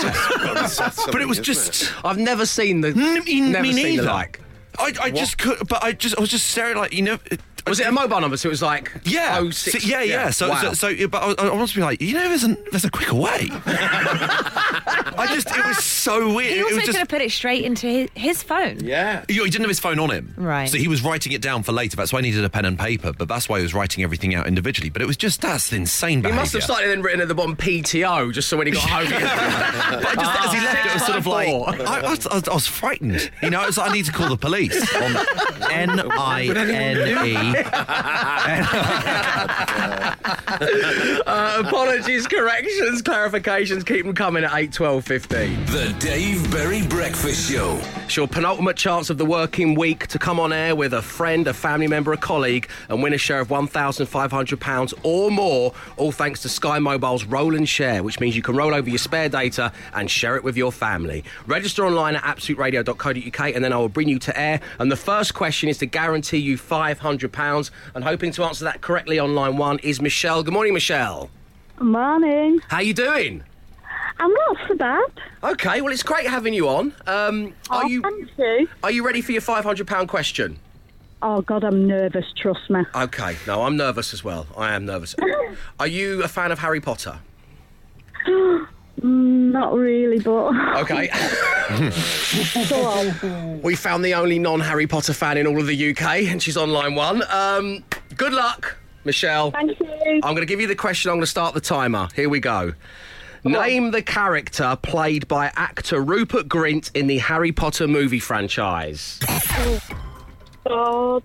F: but it was just.
A: I've never seen the.
F: me
A: never seen
F: neither.
A: the like.
F: I, I just could, but I just I was just staring like you know. It,
A: was it a mobile number? So it was like
F: yeah,
A: oh, six-
F: so- yeah, yeah,
A: yeah.
F: So,
A: Wow.
F: so, so but I, I wanted to be like you know, there's a there's a quicker
A: *laughs*
F: way. I just it was so weird.
E: He
F: it
E: also
F: was just,
E: could have put it straight into his, his phone.
F: Yeah. He didn't have his phone on him.
E: Right.
F: So he was writing it down for later. That's why I needed a pen and paper, but that's why he was writing everything out individually. But it was just, that's insane
A: He
F: behavior.
A: must have started
F: *laughs*
A: then written at the bottom PTO just so when he "Oh, got home.
F: but I just,
A: Ah.
F: as he left, it was sort of like, I, I, was- I, was- I was frightened. You know, I was like, I need to call the police on N I
D: *laughs*
F: N E.
A: *laughs* uh, apologies, corrections, clarifications. Keep them coming at eight, twelve, fifteen.
C: The Dave Berry Breakfast Show.
A: It's your penultimate chance of the working week to come on air with a friend, a family member, a colleague, and win a share of £1,500 or more, all thanks to Sky Mobile's Roll and Share, which means you can roll over your spare data and share it with your family. Register online at absoluteradio.co.uk and then I will bring you to air. And the first question is to guarantee you £500. And hoping to answer that correctly on line one is Michelle. Good morning, Michelle.
P: Morning.
A: How you doing?
P: I'm not so bad.
A: Okay, well, it's great having you on. Um, are you, Are you ready for your £500 question?
P: Oh God, I'm nervous. Trust me.
A: Okay, no, I'm nervous as well. I am nervous. Are you a fan of Harry Potter?
P: Mm, not really, but *laughs*
A: Okay.
P: go on.
A: we found the only non Harry Potter fan in all of the UK, and she's on line one. Um, good luck, Michelle. Thank
P: you.
A: I'm going to give you the question. I'm going to start the timer. Here we go. Name the character played by actor Rupert Grint in the Harry Potter movie franchise.
L: God.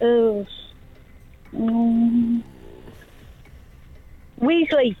L: Oh. Um, Weasley.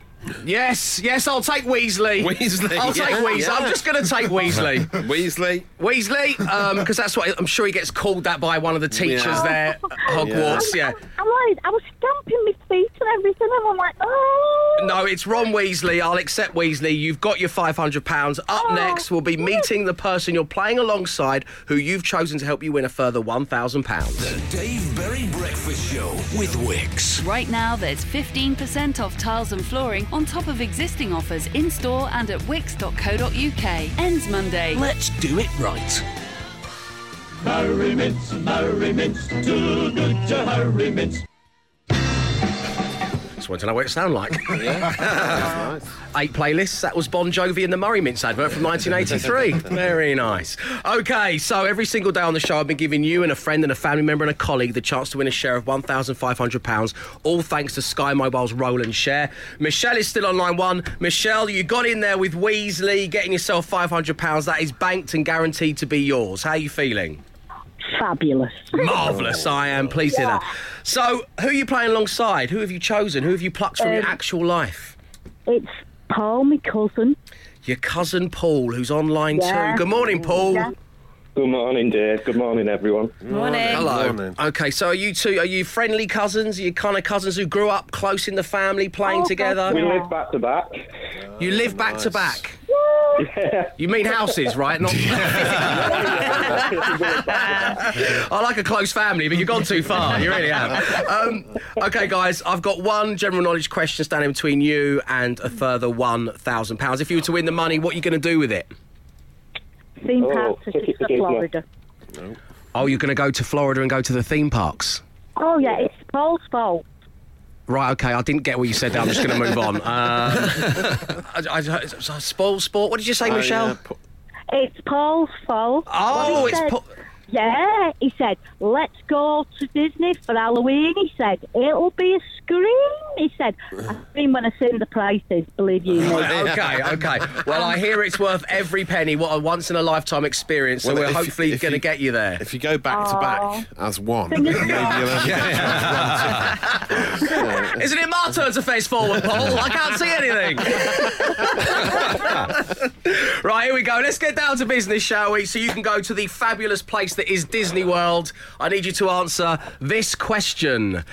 A: Yes, yes, I'll take Weasley.
D: Weasley,
A: I'll
D: yeah,
A: take Weasley.
D: yeah.
A: I'm just going to take
D: *laughs*
A: Weasley.
D: Weasley.
A: Weasley, because that's what I'm sure he gets called that by one of the teachers
P: Yeah.
A: there at Hogwarts. Yeah.
P: I'm like, I was stamping my feet and everything, and I'm like, oh.
A: No, it's Ron Weasley. I'll accept Weasley. You've got your £500. Up next, we'll be meeting the person you're playing alongside who you've chosen to help you win a further £1,000.
C: Dave Berry Breakfast Show with Wix.
O: Right now, there's 15% off tiles and flooring on top of existing offers in store and at wix.co.uk. Ends Monday.
C: Let's do it right.
M: Murray mints, Murray mints, too good to hurry mints.
A: Just want to know what it sounds like. *laughs* Eight playlists. That was Bon Jovi and the Murray Mints advert from 1983. Very nice. Okay, so every single day on the show, I've been giving you and a friend and a family member and a colleague the chance to win a share of £1,500, all thanks to Sky Mobile's roll and share. Michelle is still on line one. Michelle, you got in there with Weasley, getting yourself £500. That is banked and guaranteed to be yours. How are you feeling?
P: Fabulous.
A: Marvellous, I am pleased to hear that. So, who are you playing alongside? Who have you chosen? Who have you plucked from your
P: Um,
A: actual life?
P: It's Paul, my cousin.
A: Your cousin Paul, who's online
P: Yeah.
A: too. Good morning, Paul.
P: Yeah.
Q: Good morning, Dave. Good morning, everyone.
A: Hello. Okay, so are you two? Are you friendly cousins? Are you kind of cousins who grew up close in the family, playing
P: Oh,
A: together?
Q: We live back to back.
A: You live back to back. You mean houses,
P: *laughs*
A: right? Not. *laughs* I like a close family, but you've gone too far. You really have. Um, okay, guys, I've got one general knowledge question standing between you and a further one thousand pounds. If you were to win the money, what are you going to do with it?
P: Theme
Q: Oh,
P: park to
Q: ticket to
P: Sister
Q: Disney.
P: Florida.
A: Oh, you're going to go to Florida and go to the theme parks.
P: Oh, yeah, it's Paul's fault.
A: Right, okay, I didn't get what you said. I'm just going to move *laughs* on. Um, I, I, I- spoil sport. What did you say,
P: Oh,
A: Michelle?
P: yeah, It's Paul's fault.
A: Oh,
P: What he
A: it's
P: said-
A: Paul-
P: Yeah, he said, let's go to Disney for Halloween. He said, it'll be a scream. He said,
A: *laughs*
P: I scream when I seen the prices, believe you
D: *laughs*
P: me.
A: okay, okay. Well, I hear it's worth every penny. What a once in a lifetime experience. So
D: Well,
A: we're
D: if-
A: hopefully
D: if
A: going to
D: you-
A: get you there.
D: If you go back to back as one,
A: Fingers
D: maybe you'll
A: crossed. *laughs*
D: only get one ticket. Yeah.
A: Isn't it my turn to face forward, Paul? I can't see anything. right, here we go. Let's get down to business, shall we? So you can go to the fabulous place that is Disney World. I need you to answer this question.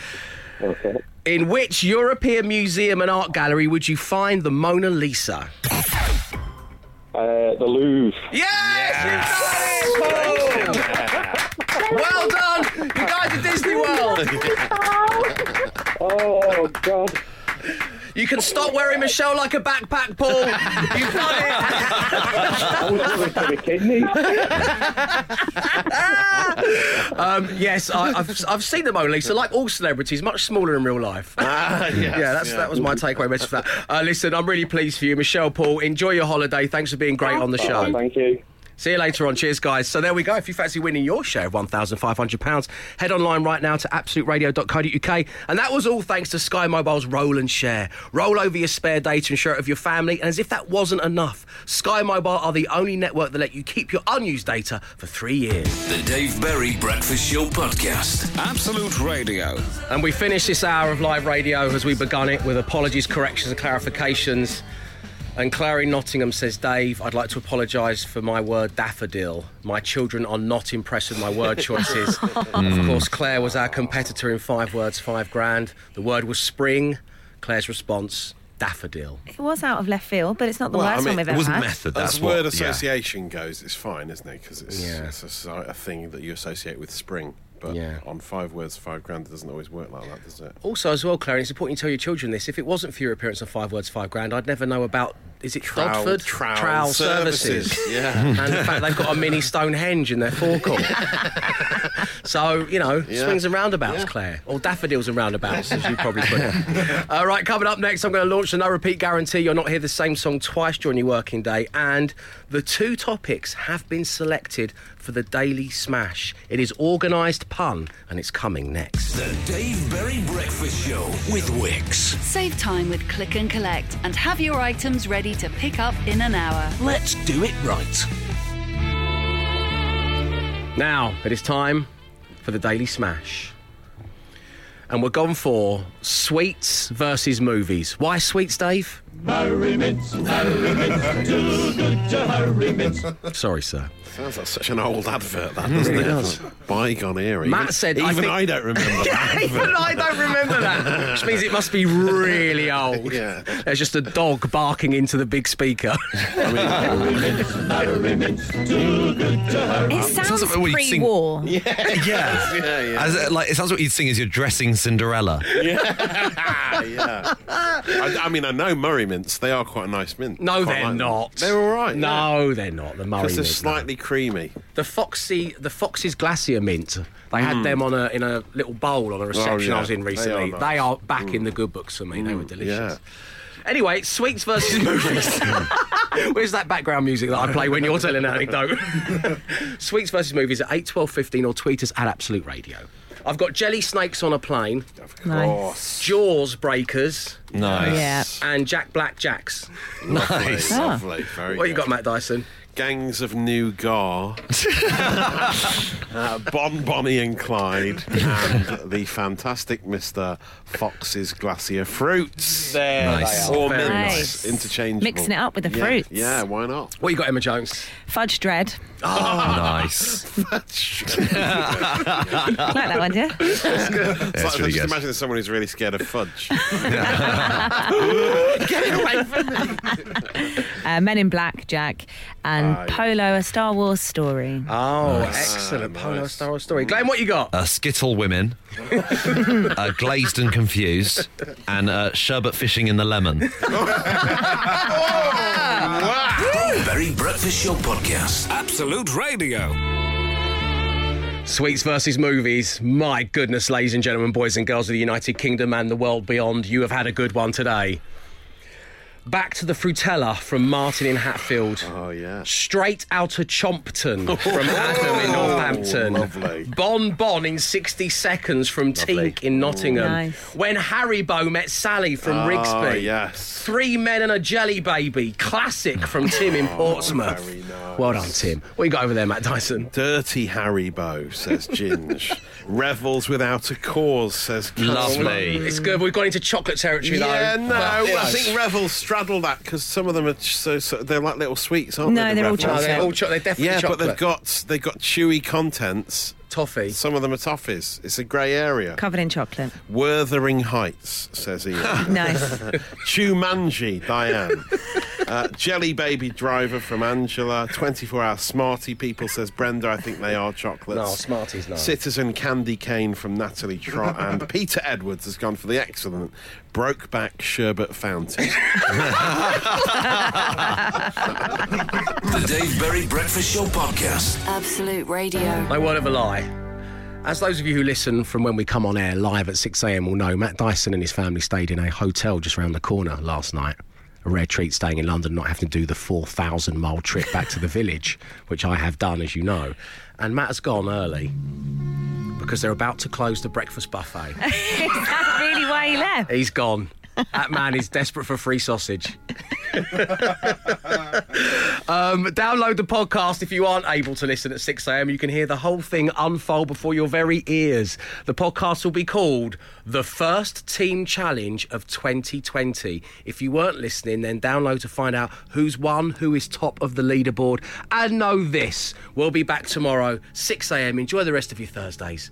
A: In which European museum and art gallery would you find the Mona Lisa?
Q: Uh, the Louvre.
A: Yes! Well done! You guys at Disney World!
Q: Oh, God.
A: You can stop wearing Michelle like a backpack, Paul. You've
Q: I was
A: done
Q: going for the kidneys.
A: it. *laughs* um, yes, I, I've, I've seen the Mona Lisa, like all celebrities, much smaller in real life.
D: Ah, yes,
A: *laughs* yeah, that's,
D: yeah.
A: that was my takeaway message for that. Uh, listen, I'm really pleased for you, Michelle, Paul. Enjoy your holiday. Thanks for being great on the show.
Q: Oh, thank you.
A: See you later on. Cheers, guys. So there we go. If you fancy winning your share of £1,500, head online right now to absoluteradio.co.uk. And that was all thanks to Sky Mobile's Roll and Share. Roll over your spare day to ensure it of your family. And as if that wasn't enough, Sky Mobile are the only network that let you keep your unused data for three years.
C: The Dave Berry Breakfast Show podcast. Absolute Radio.
A: And we finish this hour of live radio as we begun it with apologies, corrections, and clarifications. And Clary Nottingham says, Dave, I'd like to apologise for my word daffodil. My children are not impressed with my word choices. Of
F: Mm.
A: course, Claire was our competitor in five words, five grand. The word was spring. Claire's response, daffodil.
E: It was out of left field, but it's not the
D: Well,
E: worst
D: I mean,
E: one we've
D: it
E: ever
D: wasn't
E: had.
F: method,
D: As
F: that's what-
D: word
F: yeah.
D: association goes, it's fine, isn't it? Because it's,
A: Yeah.
D: it's a, so- a thing that you associate with spring. But on five words, five grand, it doesn't always work like that, does it?
A: Also, as well, Claire, and it's important you tell your children this. If it wasn't for your appearance on Five Words, Five Grand, I'd never know about is it
D: Trowel-
A: Dodford?
D: Trowel
A: Trowel
D: Services,
A: Services.
D: *laughs* yeah.
A: and in fact, they've got a mini Stonehenge in their
D: *laughs*
A: forecourt. so, you know,
D: Yeah.
A: swings and roundabouts,
D: Yeah.
A: Claire. Or daffodils and roundabouts, as you probably put
D: *laughs*
A: it. All right, coming up next, I'm going to launch the no repeat guarantee. You'll not hear the same song twice during your working day. And the two topics have been selected for the Daily Smash. It is organised pun, and it's coming next.
C: The Dave Berry Breakfast Show with Wix.
O: Save time with click and collect and have your items ready to pick up in an hour.
C: Let's do it right.
A: Now it is time for the Daily Smash. And we're gone for sweets versus movies. Why sweets, Dave?
M: Murray mints, Murray mints, too good to hurry mints.
A: Sorry, sir.
D: Sounds like such an old advert, that
A: Mm,
D: doesn't
A: *laughs* it
D: it?
A: does.
D: Bygone era.
A: Matt
D: even,
A: said,
D: even
A: I
D: I,
A: think-
D: don't
A: *laughs*
D: remember that.
A: Even I don't remember that, which means it must be really old.
D: Yeah.
A: There's just a dog barking into the big
D: *laughs*
A: speaker.
E: It sounds pre-war.
F: Yeah. yeah. As, uh, like, it sounds like what you'd sing as you're dressing Cinderella.
D: yeah. yeah. I, I mean, I know Murray mints. They are quite a nice mint.
A: No,
D: Quite
A: they're
D: like-
A: not.
D: They're all right.
A: No, they're not. The Murray
D: Because they're
A: mint. no.
D: slightly creamy.
A: The Foxy, the Fox's Glacier Mint. They had
D: Mm.
A: them on a in a little bowl on a reception
D: Oh, yeah.
A: I was in
D: They are
A: recently. They are,
D: nice. Hmm.
A: back in the good books for me. They were delicious.
D: yeah.
A: Anyway, sweets
D: *laughs*
A: versus movies. *laughs* Where's that background music that I play when you're telling an anecdote? *laughs* sweets versus movies at 8, 12, 15 or tweet us at Absolute Radio. I've got Jelly Snakes on a Plane. Of
E: Nice.
D: Oh,
A: Jaws Breakers.
F: *laughs*
D: Nice.
A: And Jack Black Jacks.
D: Lovely,
A: Nice.
D: Lovely. Very
A: What you
D: good.
A: got, Matt Dyson?
D: Gangs of New Gar, uh, Bon Bonnie and Clyde, and the fantastic Mr. Fox's Glacier Fruits.
A: There
E: Nice. they are.
D: Or
E: Very
D: mints,
E: nice.
D: interchangeable.
E: Mixing it up with the
D: Yeah,
E: fruits.
D: Yeah, why not?
A: What you got, Emma Jones?
D: *laughs*
E: Fudge dread.
F: nice.
E: like that one, yeah?
D: It's good. It's like-
F: it's really
D: just
F: good.
D: imagine someone who's really scared of fudge.
E: Uh, Men in Black, Jack, and
F: Ah, yeah.
E: Polo, a Star Wars story.
D: Ah.
A: Oh,
F: Nice.
A: excellent. Polo Star Wars story. Glenn, what you got?
F: Uh, Skittle Women, uh, Glazed and Confused, and uh, Sherbet Fishing in the Lemon.
C: Dave Berry Breakfast Show Podcast. Absolute Radio.
A: Sweets versus movies. My goodness, ladies and gentlemen, boys and girls of the United Kingdom and the world beyond, you have had a good one today. Back to the Frutella from Martin in Hatfield. Oh,
D: yeah.
A: Straight out of Chompton
D: *laughs*
A: from Adam in Northampton.
D: Oh, lovely.
A: Bon Bon in 60 Seconds from Teak in Nottingham.
D: Nice.
A: When Harry Bow met Sally from
D: Ah,
A: Rigsby.
D: yes.
A: Three Men and a Jelly Baby. Classic from Tim
D: Oh,
A: in Portsmouth. Well done, Tim. What you got over there, Matt Dyson?
D: Dirty Harry Bow, says Ginge. Revels without a cause, says Catherine.
A: It's good. We've gone into chocolate territory, though.
D: Yeah, no,
A: But, you know.
D: I think Revels straddle that because some of them are so, so they're like little sweets, aren't
A: No,
D: they? the
A: they're all
D: Revels?
A: chocolate. No, they're all cho- they're definitely
D: yeah, but
A: chocolate.
D: they've got they've got chewy contents.
A: Toffee.
D: Some of them are toffees. It's a grey area.
E: Covered
D: *laughs*
E: in chocolate.
D: Worthering Heights, says
A: *laughs*
D: Ian.
E: Nice.
D: *laughs* Chumanji, Diane. Uh, Jelly Baby Driver from Angela. 24 Hour Smarty People, says Brenda. I think they are chocolates.
A: No, Smarties, no.
D: Citizen Candy Cane from Natalie Trott. And Peter Edwards has gone for the excellent Brokeback Sherbet Fountain.
C: The Dave Berry Breakfast Show Podcast.
R: Absolute
E: *laughs*
R: Radio.
A: No word of a lie. As those of you who listen from when we come on air live at 6am will know, Matt Dyson and his family stayed in a hotel just round the corner last night. A rare treat staying in London, not having to do the 4,000 mile trip back to the village, which I have done, as you know. And Matt has gone early because they're about to close the breakfast buffet.
E: Is that really why he left?
A: He's gone. That man is desperate for free sausage. um, download the podcast if you aren't able to listen at 6 a.m. You can hear the whole thing unfold before your very ears. The podcast will be called The First Team Challenge of 2020. If you weren't listening, then download to find out who's won, who is top of the leaderboard. And know this we'll be back tomorrow, 6 a.m. Enjoy the rest of your Thursdays.